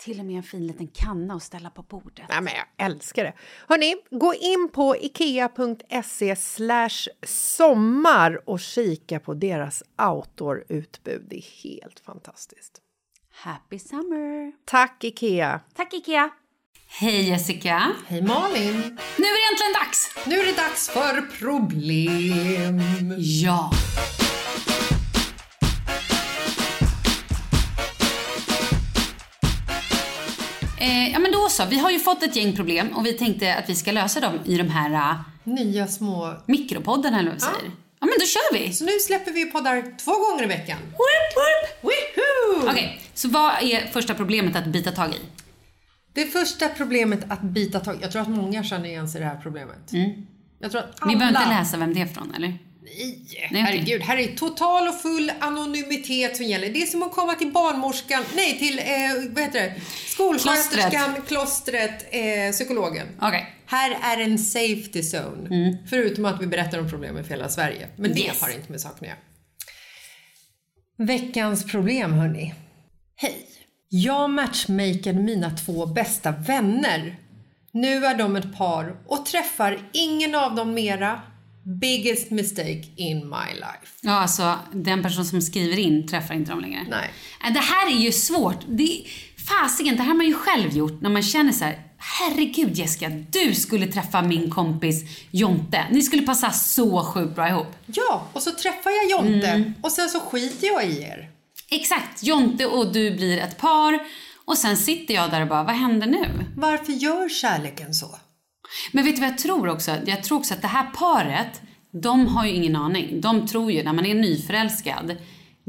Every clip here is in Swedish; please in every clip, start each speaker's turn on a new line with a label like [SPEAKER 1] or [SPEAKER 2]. [SPEAKER 1] Till och med en fin liten kanna att ställa på bordet.
[SPEAKER 2] Nej, men jag älskar det. Hörni, gå in på ikea.se sommar och kika på deras outdoor-utbud. Det är helt fantastiskt.
[SPEAKER 1] Happy summer!
[SPEAKER 2] Tack, Ikea!
[SPEAKER 1] Tack Ikea! Hej Jessica!
[SPEAKER 2] Hej, Malin!
[SPEAKER 1] Nu är det äntligen dags!
[SPEAKER 2] Nu är det dags för problem.
[SPEAKER 1] Ja! Eh, ja men då så, vi har ju fått ett gäng problem och vi tänkte att vi ska lösa dem i de här eh,
[SPEAKER 2] Nya små...
[SPEAKER 1] mikropoddarna eller vad vi säger. Ja men då kör vi!
[SPEAKER 2] Så nu släpper vi poddar två gånger i veckan.
[SPEAKER 1] Whoop, whoop.
[SPEAKER 2] Woohoo!
[SPEAKER 1] Okej, så vad är första problemet att bita tag i?
[SPEAKER 2] Det första problemet att bita tag Jag tror att många känner igen sig i det här problemet. Jag tror att alla...
[SPEAKER 1] Ni behöver inte läsa vem det är från eller?
[SPEAKER 2] Nej,
[SPEAKER 1] okej.
[SPEAKER 2] herregud. Här är total och full anonymitet som gäller. Det är som att komma till barnmorskan, nej till, eh, vad heter det, skolsköterskan, klostret, eh, psykologen.
[SPEAKER 1] Okej.
[SPEAKER 2] Här är en safety zone. Förutom att vi berättar om problemen för hela Sverige. Men det
[SPEAKER 1] Yes.
[SPEAKER 2] har inte med saken att göra. Veckans problem, hörni. Hej! Jag matchmakade mina två bästa vänner. Nu är de ett par och träffar ingen av dem mera. Biggest mistake in my life.
[SPEAKER 1] Ja, alltså den person som skriver in träffar inte dem längre.
[SPEAKER 2] Nej.
[SPEAKER 1] Äh, Det här är ju svårt. Det, fasiken, det här har man ju själv gjort när man känner så här. Herregud Jessica, du skulle träffa min kompis Jonte. Ni skulle passa så sjukt bra ihop.
[SPEAKER 2] Ja, och så träffar jag Jonte och sen så skiter jag i er.
[SPEAKER 1] Exakt, Jonte och du blir ett par och sen sitter jag där och bara, vad händer nu?
[SPEAKER 2] Varför gör kärleken så?
[SPEAKER 1] Men vet du vad jag tror också? Jag tror också att det här paret, de har ju ingen aning. De tror ju, när man är nyförälskad,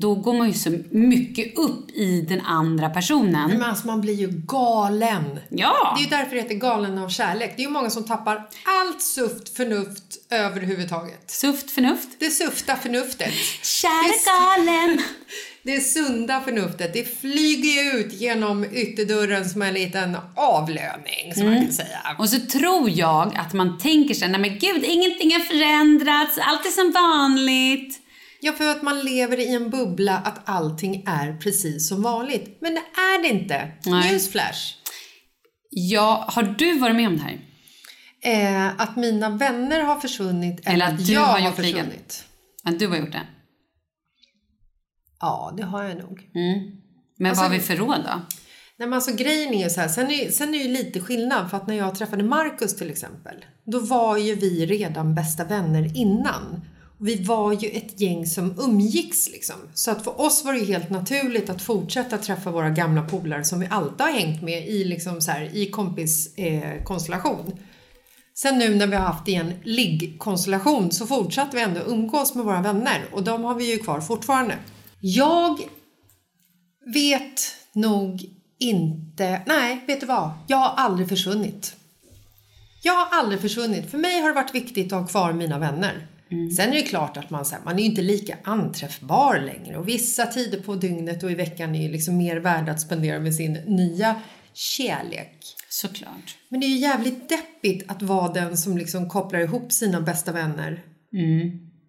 [SPEAKER 1] då går man ju så mycket upp i den andra personen.
[SPEAKER 2] Men alltså man blir ju galen.
[SPEAKER 1] Ja!
[SPEAKER 2] Det är ju därför det heter galen av kärlek. Det är ju många som tappar allt suft förnuft överhuvudtaget.
[SPEAKER 1] Suft förnuft.
[SPEAKER 2] Det sufta förnuftet.
[SPEAKER 1] Kärleksgalen.
[SPEAKER 2] Det sunda förnuftet. Det flyger ju ut genom ytterdörren som en liten avlöning, som man kan säga.
[SPEAKER 1] Och så tror jag att man tänker sig, nej men gud, ingenting har förändrats, allt är som vanligt.
[SPEAKER 2] Ja, för att man lever i en bubbla att allting är precis som vanligt. Men det är det inte.
[SPEAKER 1] Nej.
[SPEAKER 2] Newsflash.
[SPEAKER 1] Ja, har du varit med om det här?
[SPEAKER 2] Eh, att mina vänner har försvunnit eller,
[SPEAKER 1] Eller
[SPEAKER 2] att,
[SPEAKER 1] att du
[SPEAKER 2] jag
[SPEAKER 1] har
[SPEAKER 2] har,
[SPEAKER 1] gjort det igen.
[SPEAKER 2] försvunnit.
[SPEAKER 1] Att du har gjort det?
[SPEAKER 2] Ja, det har jag nog.
[SPEAKER 1] Men
[SPEAKER 2] Alltså
[SPEAKER 1] vad har vi för råd då?
[SPEAKER 2] Nej, men alltså, grejen är ju så här, sen är, sen är ju lite skillnad för att när jag träffade Markus till exempel, då var ju vi redan bästa vänner innan. Vi var ju ett gäng som umgicks liksom. Så att för oss var det ju helt naturligt att fortsätta träffa våra gamla polare som vi alltid har hängt med i, liksom så här, i kompiskonstellation. Eh, konstellation. Sen nu när vi har haft igen liggkonstellation så fortsatte vi ändå umgås med våra vänner och de har vi ju kvar fortfarande. Jag Vet nog inte. Nej, vet du vad? Jag har aldrig försvunnit. Jag har aldrig försvunnit. För mig har det varit viktigt att ha kvar mina vänner. Sen är det klart att man, så här, man är ju inte lika anträffbar längre. Och vissa tider på dygnet och i veckan är ju liksom mer värda att spendera med sin nya kärlek.
[SPEAKER 1] Såklart.
[SPEAKER 2] Men det är ju jävligt deppigt att vara den som liksom kopplar ihop sina bästa vänner.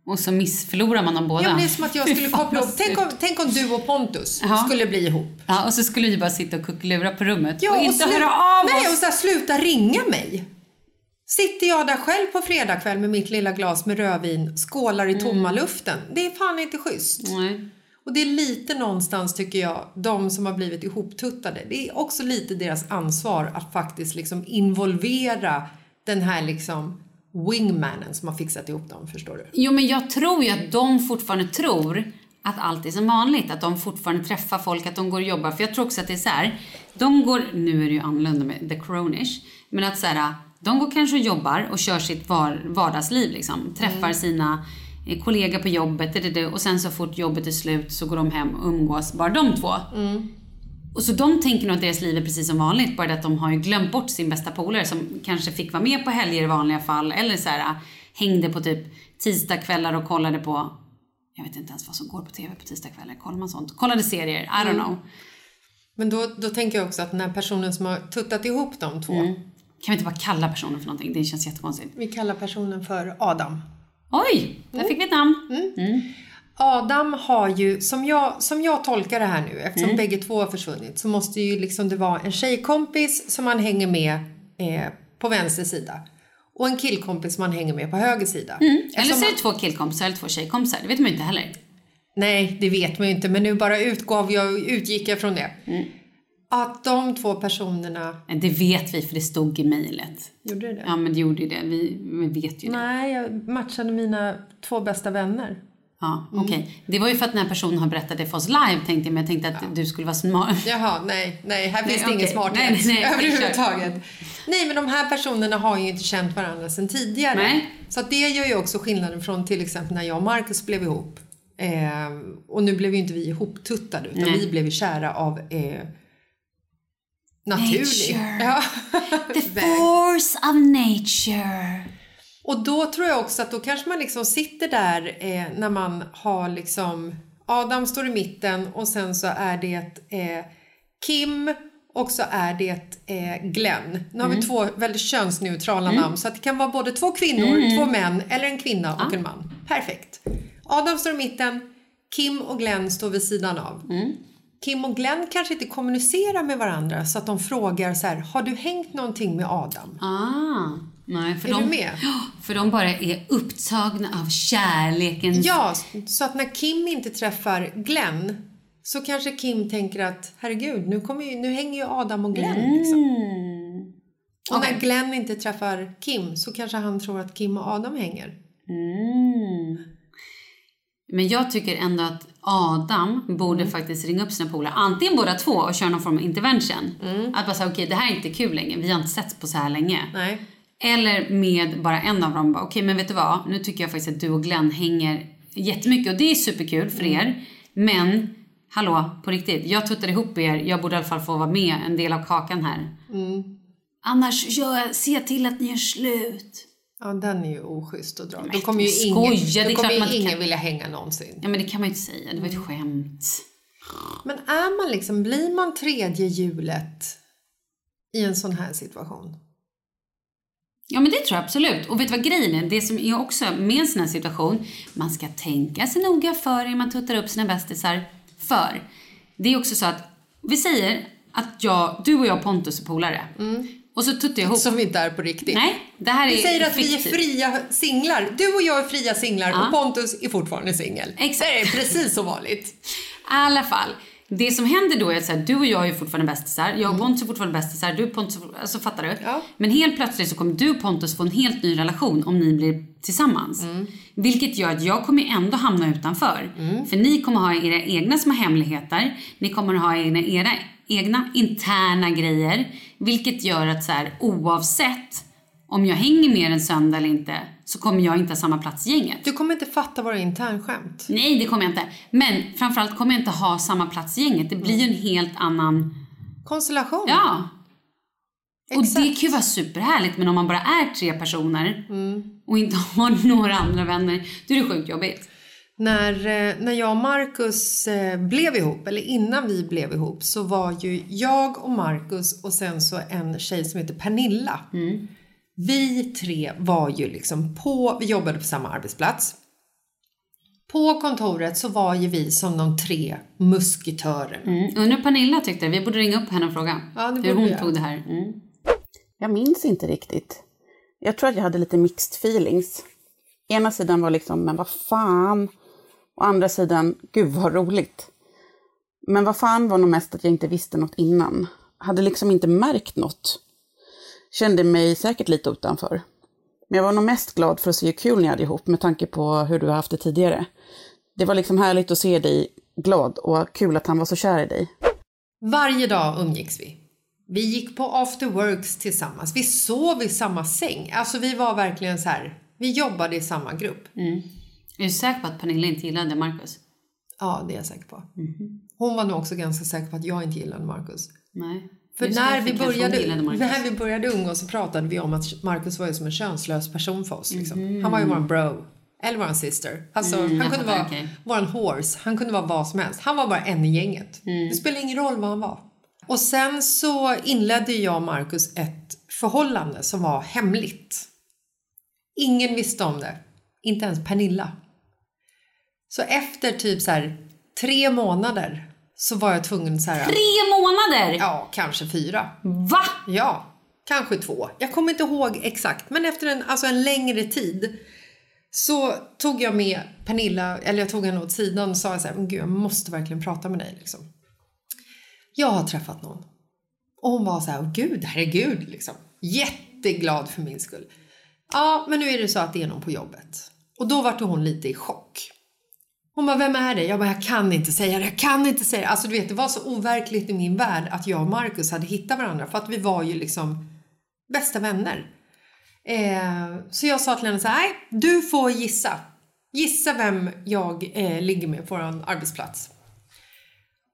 [SPEAKER 1] Och så missförlorar man dem båda.
[SPEAKER 2] Ja, men det är som att jag
[SPEAKER 1] Fy
[SPEAKER 2] skulle
[SPEAKER 1] fan,
[SPEAKER 2] koppla ihop.
[SPEAKER 1] vad
[SPEAKER 2] Tänk om, tänk om du och Pontus skulle bli ihop.
[SPEAKER 1] Ja, och så skulle vi bara sitta och kuckelura på rummet
[SPEAKER 2] Ja,
[SPEAKER 1] och inte
[SPEAKER 2] slu-
[SPEAKER 1] höra av
[SPEAKER 2] Nej, och
[SPEAKER 1] oss.
[SPEAKER 2] så här, sluta ringa mig. Sitter jag där själv på fredagkväll med mitt lilla glas med rödvin, skålar
[SPEAKER 1] Mm.
[SPEAKER 2] i tomma luften. Det är fan inte schysst.
[SPEAKER 1] Nej.
[SPEAKER 2] Och det är lite någonstans tycker jag, de som har blivit ihoptuttade, det är också lite deras ansvar att faktiskt liksom involvera den här liksom wingmannen som har fixat ihop dem, förstår du?
[SPEAKER 1] Jo, men jag tror ju att de fortfarande tror att allt är som vanligt. Att de fortfarande träffar folk, att de går och jobbar. För jag tror också att det är så här. De går, nu är det ju annorlunda med the cronish, men att så här, de går kanske och jobbar och kör sitt var, vardagsliv liksom. Träffar sina eh, kollegor på jobbet det, det, det. och sen så fort jobbet är slut så går de hem och umgås, bara de två. Och så de tänker nog att deras liv är precis som vanligt, bara det att de har ju glömt bort sin bästa polare som kanske fick vara med på helger i vanliga fall, eller så här, hängde på typ tisdagskvällar och kollade på, jag vet inte ens vad som går på TV på tisdagskvällar, kollar man sånt? Kollade serier, I don't
[SPEAKER 2] Mm.
[SPEAKER 1] know.
[SPEAKER 2] Men då, då tänker jag också att den här personen som har tuttat ihop de två,
[SPEAKER 1] Mm. Kan vi inte bara kalla personen för någonting? Det känns jättekonstigt.
[SPEAKER 2] vi kallar personen för Adam.
[SPEAKER 1] Oj, där
[SPEAKER 2] Mm.
[SPEAKER 1] fick vi ett namn.
[SPEAKER 2] Adam har ju, som jag, som jag tolkar det här nu, eftersom bägge två har försvunnit, så måste ju liksom det vara en tjejkompis som man hänger med eh, på vänster sida och en killkompis som man hänger med på höger sida. Alltså,
[SPEAKER 1] Eller
[SPEAKER 2] Eftersom
[SPEAKER 1] så är
[SPEAKER 2] man,
[SPEAKER 1] det två killkompisar eller två tjejkompisar, det vet man ju inte heller.
[SPEAKER 2] nej, det vet man ju inte, men nu bara utgav jag, utgick jag från det. Att de två personerna...
[SPEAKER 1] Men Det vet vi för det stod i mejlet.
[SPEAKER 2] Gjorde det?
[SPEAKER 1] Ja men det gjorde ju det, vi, vi vet ju det.
[SPEAKER 2] Nej, jag matchade mina två bästa vänner.
[SPEAKER 1] Ja,
[SPEAKER 2] Mm.
[SPEAKER 1] okej. Det var ju för att den här personen har berättat det för oss live tänkte jag, men jag tänkte att du skulle vara smart.
[SPEAKER 2] Jaha, nej, nej, här finns det
[SPEAKER 1] okej.
[SPEAKER 2] ingen smarthet
[SPEAKER 1] Nej, nej, nej,
[SPEAKER 2] överhuvudtaget. Nej, men de här personerna har ju inte känt varandra sedan tidigare.
[SPEAKER 1] Nej.
[SPEAKER 2] Så att det gör ju också skillnaden från till exempel när jag och Marcus blev ihop. Eh, och nu blev ju inte vi ihoptuttade, utan vi blev ju kära av eh, naturlig.
[SPEAKER 1] Nature.
[SPEAKER 2] Ja.
[SPEAKER 1] The force of nature.
[SPEAKER 2] Och då tror jag också att då kanske man liksom sitter där eh, när man har liksom Adam står i mitten och sen så är det eh, Kim och så är det eh, Glenn. Nu har vi två väldigt könsneutrala namn så att det kan vara både två kvinnor, två män eller en kvinna och en man. Perfekt. Adam står i mitten, Kim och Glenn står vid sidan av. Kim och Glenn kanske inte kommunicerar med varandra så att de frågar så här, har du hängt någonting med Adam?
[SPEAKER 1] Ah, nej, för
[SPEAKER 2] Är
[SPEAKER 1] de,
[SPEAKER 2] du med?
[SPEAKER 1] Ja, För de bara är upptagna av kärleken.
[SPEAKER 2] Ja, så att när Kim inte träffar Glenn så kanske Kim tänker att herregud, nu, kommer ju, nu hänger ju Adam och Glenn.
[SPEAKER 1] Mm.
[SPEAKER 2] Liksom. Och när Glenn inte träffar Kim så kanske han tror att Kim och Adam hänger.
[SPEAKER 1] Men jag tycker ändå att Adam borde
[SPEAKER 2] Mm.
[SPEAKER 1] faktiskt ringa upp sina polare, antingen båda två och köra någon form av intervention.
[SPEAKER 2] Mm.
[SPEAKER 1] Att bara säga okej det här är inte kul längre, vi har inte setts på så här länge.
[SPEAKER 2] Nej.
[SPEAKER 1] Eller med bara en av dem. bara, Okej, men vet du vad? Nu tycker jag faktiskt att du och Glenn hänger jättemycket och det är superkul för er. Men hallå, på riktigt. Jag tuttar ihop er. Jag borde i alla fall få vara med en del av kakan här. Annars gör jag, se till att ni gör slut.
[SPEAKER 2] Ja, den är ju oschysst att dra. Då kommer ju
[SPEAKER 1] skoja,
[SPEAKER 2] ingen,
[SPEAKER 1] det är
[SPEAKER 2] då
[SPEAKER 1] klart
[SPEAKER 2] kommer
[SPEAKER 1] man
[SPEAKER 2] ju
[SPEAKER 1] inte
[SPEAKER 2] ingen
[SPEAKER 1] kan-
[SPEAKER 2] vilja hänga någonsin.
[SPEAKER 1] Ja, men det kan man ju inte säga. Det var ett skämt.
[SPEAKER 2] Men är man liksom, blir man tredje hjulet i en sån här situation?
[SPEAKER 1] Ja, men det tror jag absolut. Och vet du vad grejen är? Det som är också med en sån här situation, man ska tänka sig noga för innan man tuttar upp sina bästisar. För det är också så att, vi säger att jag, du och jag Pontus är polare. Och så tuttar jag ihop.
[SPEAKER 2] Mm. Som inte är på riktigt.
[SPEAKER 1] Nej, det här är
[SPEAKER 2] Vi säger att vi är
[SPEAKER 1] fiktivt.
[SPEAKER 2] fria singlar. Du och jag är fria singlar och Pontus är fortfarande singel.
[SPEAKER 1] Exakt.
[SPEAKER 2] Det är Eh, precis som vanligt.
[SPEAKER 1] I alla fall. Det som händer då är att så här, du och jag är fortfarande bästisar. Jag och Pontus är fortfarande bästisar. Du och Pontus, alltså fattar du?
[SPEAKER 2] Mm. Ja.
[SPEAKER 1] Men helt plötsligt så kommer du och Pontus få en helt ny relation om ni blir tillsammans.
[SPEAKER 2] Mm.
[SPEAKER 1] Vilket gör att jag kommer ju ändå hamna utanför. För ni kommer ha era egna små hemligheter. Ni kommer ha egna, era egna interna grejer. Vilket gör att så här, oavsett om jag hänger med er en söndag eller inte så kommer jag inte ha samma plats i gänget.
[SPEAKER 2] Du kommer inte fatta våra internskämt.
[SPEAKER 1] Nej, det kommer jag inte. Men framförallt kommer jag inte ha samma plats i gänget. Det blir ju
[SPEAKER 2] Mm.
[SPEAKER 1] en helt annan...
[SPEAKER 2] Konstellation.
[SPEAKER 1] Ja. Och
[SPEAKER 2] Exakt.
[SPEAKER 1] det kan ju vara superhärligt, men om man bara är tre personer
[SPEAKER 2] Mm.
[SPEAKER 1] och inte har några andra vänner, då är det sjukt jobbigt.
[SPEAKER 2] När, eh, när jag och Marcus eh, blev ihop, eller innan vi blev ihop, så var ju jag och Marcus och sen så en tjej som heter Pernilla.
[SPEAKER 1] Mm.
[SPEAKER 2] Vi tre var ju liksom på, vi jobbade på samma arbetsplats. På kontoret så var ju vi som de tre musketörerna.
[SPEAKER 1] Mm. Undrar hur Pernilla tyckte. Vi borde ringa upp henne och fråga
[SPEAKER 2] Ja, det
[SPEAKER 1] hur
[SPEAKER 2] borde
[SPEAKER 1] hon
[SPEAKER 2] vi göra.
[SPEAKER 1] tog det här. Mm.
[SPEAKER 3] Jag minns inte riktigt. Jag tror att jag hade lite mixed feelings. Ena sidan var liksom, men vad fan. Å andra sidan, gud vad roligt. Men vad fan var nog mest att jag inte visste något innan. Hade liksom inte märkt något. Kände mig säkert lite utanför. Men jag var nog mest glad för att se hur kul ni hade ihop med tanke på hur du har haft det tidigare. Det var liksom härligt att se dig glad och kul att han var så kär i dig.
[SPEAKER 2] Varje dag umgicks vi. Vi gick på after works tillsammans. Vi sov i samma säng. Alltså vi var verkligen så här, vi jobbade i samma grupp.
[SPEAKER 1] Är du säker på att Pernilla inte gillade Markus?
[SPEAKER 2] Ja, det är jag säker på. Hon var nog också ganska säker på att jag inte gillade Marcus.
[SPEAKER 1] Nej.
[SPEAKER 2] För
[SPEAKER 1] Just det,
[SPEAKER 2] när
[SPEAKER 1] jag
[SPEAKER 2] vi,
[SPEAKER 1] fick en fråga,
[SPEAKER 2] började,
[SPEAKER 1] gillade Marcus.
[SPEAKER 2] när vi började umgås så pratade vi om att Marcus var ju som en könslös person för oss. Liksom. Han var ju våran bro. Eller våran sister. Alltså, han
[SPEAKER 1] Mm. jag
[SPEAKER 2] kunde
[SPEAKER 1] fattar,
[SPEAKER 2] vara
[SPEAKER 1] okej.
[SPEAKER 2] våran horse. Han kunde vara vad som helst. Han var bara en i gänget.
[SPEAKER 1] Mm.
[SPEAKER 2] Det spelade ingen roll vad han var. Och sen så inledde jag och Marcus ett förhållande som var hemligt. Ingen visste om det. Inte ens Pernilla. Så efter typ så här tre månader så var jag tvungen så här,
[SPEAKER 1] Tre månader!
[SPEAKER 2] ja kanske fyra.
[SPEAKER 1] Va?
[SPEAKER 2] Ja, kanske två. Jag kommer inte ihåg exakt, men efter en, alltså en längre tid så tog jag med Pernilla, eller jag tog henne åt sidan och sa så här, men gud jag måste verkligen prata med dig liksom. Jag har träffat någon. Och hon var så här, "Åh, gud, herregud liksom. Jätteglad för min skull. Ja, men nu är det så att det är någon på jobbet. Och då vart hon lite i chock. Hon bara, vem är det? Jag bara, jag kan inte säga det, jag kan inte säga det. Alltså du vet, det var så overkligt i min värld att jag och Marcus hade hittat varandra för att vi var ju liksom bästa vänner. Eh, så jag sa till henne så här, nej, du får gissa. Gissa vem jag eh, ligger med på vår arbetsplats.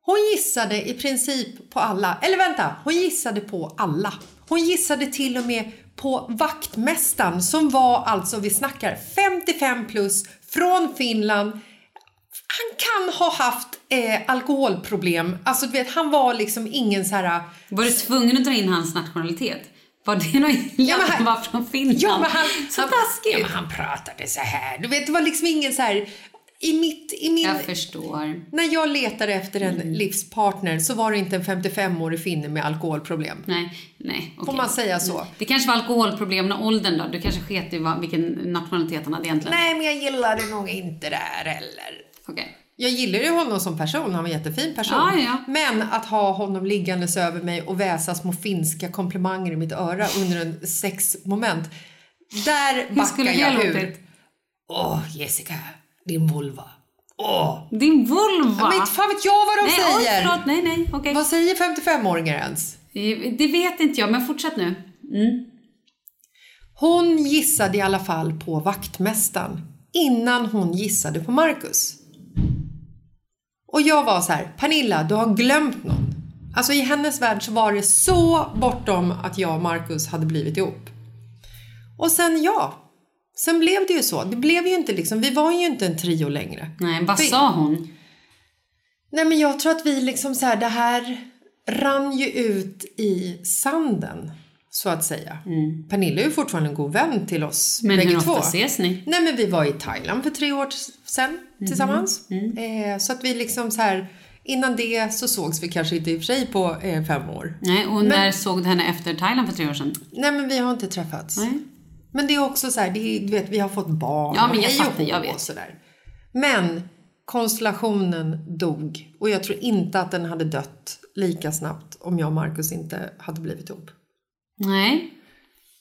[SPEAKER 2] Hon gissade i princip på alla. Eller vänta, hon gissade på alla. Hon gissade till och med på vaktmästaren som var alltså, vi snackar 55 plus, från Finland. Han kan ha haft eh, alkoholproblem. Alltså du vet, han var liksom ingen så här...
[SPEAKER 1] Var du tvungen att dra in hans nationalitet? Var det något illa
[SPEAKER 2] Ja, men
[SPEAKER 1] att
[SPEAKER 2] han-
[SPEAKER 1] han var från Finland?
[SPEAKER 2] Ja, men han,
[SPEAKER 1] Så
[SPEAKER 2] han,
[SPEAKER 1] taskigt!
[SPEAKER 2] Ja, men han pratade så här. Du vet, det var liksom ingen så här... I mitt, i min,
[SPEAKER 1] Jag förstår. Mm.
[SPEAKER 2] när jag letade efter en livspartner så var det inte en 55-årig finne med alkoholproblem.
[SPEAKER 1] Nej, nej.
[SPEAKER 2] Får
[SPEAKER 1] okej. Mm.
[SPEAKER 2] man säga så?
[SPEAKER 1] Det kanske var alkoholproblem med åldern då. Du kanske sket i vad, vilken nationalitet han hade egentligen.
[SPEAKER 2] Nej, men jag gillade nog inte det här heller.
[SPEAKER 1] Okej.
[SPEAKER 2] Jag gillar ju honom som person, han var en jättefin person.
[SPEAKER 1] Ja, Ah, ja, ja.
[SPEAKER 2] Men att ha honom liggandes över mig och väsa små finska komplimanger i mitt öra under en sexmoment. Där
[SPEAKER 1] Hur
[SPEAKER 2] backar
[SPEAKER 1] skulle det
[SPEAKER 2] jag
[SPEAKER 1] låtit?
[SPEAKER 2] ut. Åh, Jessica, din vulva. Åh!
[SPEAKER 1] Din vulva!
[SPEAKER 2] Men inte fan vet jag vad de
[SPEAKER 1] nej, oj,
[SPEAKER 2] säger!
[SPEAKER 1] förlåt. Nej, nej. Okej. Eh,
[SPEAKER 2] Vad säger 55-åringar ens?
[SPEAKER 1] Det vet inte jag, men fortsätt nu.
[SPEAKER 2] Hon gissade i alla fall på vaktmästaren innan hon gissade på Marcus. Och jag var så här, Pernilla, du har glömt någon. Alltså i hennes värld så var det så bortom att jag och Marcus hade blivit ihop. Och sen ja, sen blev det ju så. Det blev ju inte liksom, vi var ju inte en trio längre.
[SPEAKER 1] Nej, vad
[SPEAKER 2] Vi-
[SPEAKER 1] sa hon?
[SPEAKER 2] Nej men jag tror att vi liksom så här, det här rann ju ut i sanden. Så att säga. Pernilla är ju fortfarande en god vän till oss
[SPEAKER 1] Mm. Men
[SPEAKER 2] bägge
[SPEAKER 1] hur
[SPEAKER 2] två.
[SPEAKER 1] ofta ses ni? Mm.
[SPEAKER 2] Nej men vi var i Thailand för tre år s- sedan tillsammans. Eh, så att vi liksom så här, innan det så sågs vi kanske inte i och för sig på eh, fem år.
[SPEAKER 1] Nej, och när såg du henne efter Thailand för tre år sedan?
[SPEAKER 2] Nej men vi har inte träffats.
[SPEAKER 1] Nej.
[SPEAKER 2] Men det är också så här, det är, du vet vi har fått barn
[SPEAKER 1] Ja, men
[SPEAKER 2] och
[SPEAKER 1] jag
[SPEAKER 2] hej och
[SPEAKER 1] fattar,
[SPEAKER 2] hå
[SPEAKER 1] jag vet.
[SPEAKER 2] och sådär. Men konstellationen dog och jag tror inte att den hade dött lika snabbt om jag och Marcus inte hade blivit ihop.
[SPEAKER 1] Nej.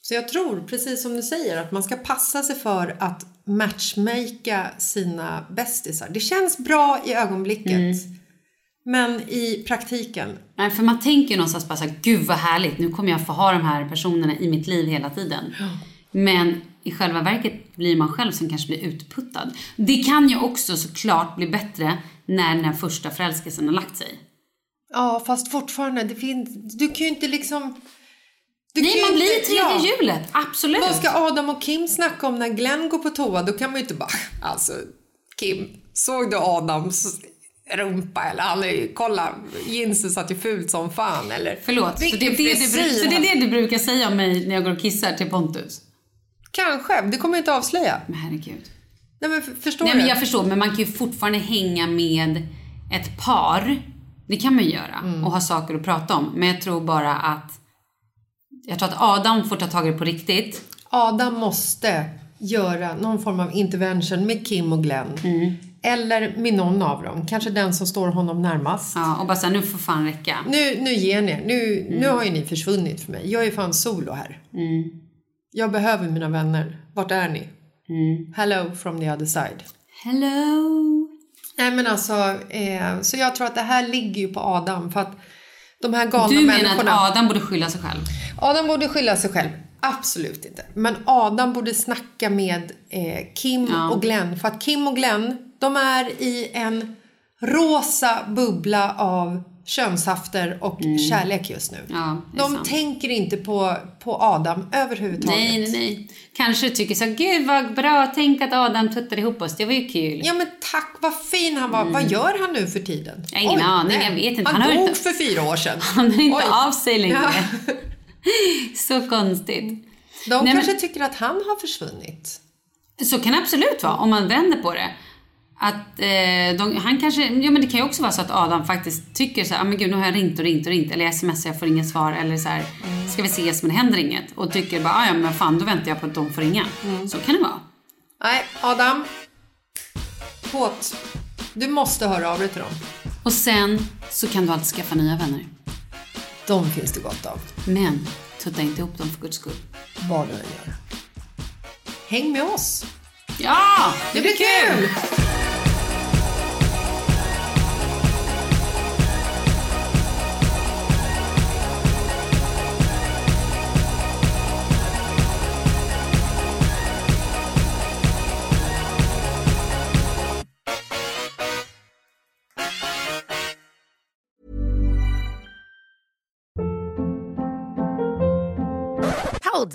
[SPEAKER 2] Så jag tror, precis som du säger, att man ska passa sig för att matchmaka sina bästisar. Det känns bra i ögonblicket,
[SPEAKER 1] Mm.
[SPEAKER 2] men i praktiken,
[SPEAKER 1] Nej, för man tänker ju någonstans bara så här, gud vad härligt, nu kommer jag få ha de här personerna i mitt liv hela tiden. Men i själva verket blir man själv som kanske blir utputtad. Det kan ju också såklart bli bättre när den här första förälskelsen har lagt sig.
[SPEAKER 2] ja fast fortfarande, det finns, du kan ju inte liksom... du kan
[SPEAKER 1] Nej,
[SPEAKER 2] ju
[SPEAKER 1] man blir
[SPEAKER 2] inte- ja.
[SPEAKER 1] tredje hjulet, absolut.
[SPEAKER 2] Vad ska Adam och Kim snacka om när Glenn går på toa? Då kan man ju inte bara, alltså Kim, såg du Adams rumpa? Eller han är ju, kolla, jeansen satt ju fult som fan. Eller,
[SPEAKER 1] Förlåt, så det,
[SPEAKER 2] Vilken
[SPEAKER 1] är det, du,
[SPEAKER 2] frisyr
[SPEAKER 1] bru- så det
[SPEAKER 2] han-
[SPEAKER 1] är det du brukar säga om mig när jag går och kissar till Pontus?
[SPEAKER 2] Kanske, det kommer jag inte avslöja.
[SPEAKER 1] Men herregud.
[SPEAKER 2] Nej men f- förstår
[SPEAKER 1] Nej men
[SPEAKER 2] du?
[SPEAKER 1] jag förstår, men man kan ju fortfarande hänga med ett par. Det kan man ju göra
[SPEAKER 2] Mm.
[SPEAKER 1] och ha saker att prata om. Men jag tror bara att jag tror att Adam får ta tag i det på riktigt.
[SPEAKER 2] Adam måste göra någon form av intervention med Kim och Glenn.
[SPEAKER 1] Mm.
[SPEAKER 2] Eller med någon av dem. Kanske den som står honom närmast.
[SPEAKER 1] Ja, och bara säga nu får fan räcka.
[SPEAKER 2] Nu, nu ger ni er. nu, nu
[SPEAKER 1] Mm.
[SPEAKER 2] har ju ni försvunnit för mig. Jag är fan solo här. Jag behöver mina vänner. Vart är ni?
[SPEAKER 1] Mm.
[SPEAKER 2] Hello from the other side.
[SPEAKER 1] Hello!
[SPEAKER 2] Nej men alltså, eh, så jag tror att det här ligger ju på Adam för att de här galna
[SPEAKER 1] Du menar
[SPEAKER 2] människorna...
[SPEAKER 1] att Adam borde skylla sig själv?
[SPEAKER 2] Adam borde skylla sig själv. Absolut inte. Men Adam borde snacka med eh, Kim och Glenn. För att Kim och Glenn, de är i en rosa bubbla av könshafter och kärlek just nu.
[SPEAKER 1] Mm. Ja, det är
[SPEAKER 2] de
[SPEAKER 1] sant.
[SPEAKER 2] tänker inte på, på Adam överhuvudtaget.
[SPEAKER 1] Nej, nej, nej. Kanske tycker så här, gud vad bra, tänk att Adam tuttade ihop oss, det var ju kul.
[SPEAKER 2] Ja men tack, vad fin han var. Vad gör han nu för tiden?
[SPEAKER 1] Mm. Jag har ingen aning,
[SPEAKER 2] nej.
[SPEAKER 1] jag vet inte.
[SPEAKER 2] Han,
[SPEAKER 1] Han har
[SPEAKER 2] dog
[SPEAKER 1] inte-
[SPEAKER 2] för fyra år sedan.
[SPEAKER 1] Han är inte
[SPEAKER 2] Oj.
[SPEAKER 1] av sig längre.
[SPEAKER 2] Ja.
[SPEAKER 1] Så konstigt.
[SPEAKER 2] De
[SPEAKER 1] men-
[SPEAKER 2] kanske tycker att han har försvunnit.
[SPEAKER 1] Så kan det absolut vara, om man vänder på det. Att eh, de, han kanske, ja men det kan ju också vara så att Adam faktiskt tycker så här, ah, men gud nu har jag ringt och ringt och ringt, eller jag smsar, jag får inget svar, eller så här, ska vi ses men det händer inget. Och tycker bara, ah, ja men fan då väntar jag på att de får ringa. Så kan det vara.
[SPEAKER 2] Nej, Adam. Hårt. Du måste höra av dig till dem.
[SPEAKER 1] Och sen så kan du alltid skaffa nya vänner.
[SPEAKER 2] De finns det gott av,
[SPEAKER 1] Men tutta inte ihop dem för guds skull.
[SPEAKER 2] vad du än gör. Häng med oss.
[SPEAKER 1] Ja!
[SPEAKER 2] Det blir kul!
[SPEAKER 4] Hold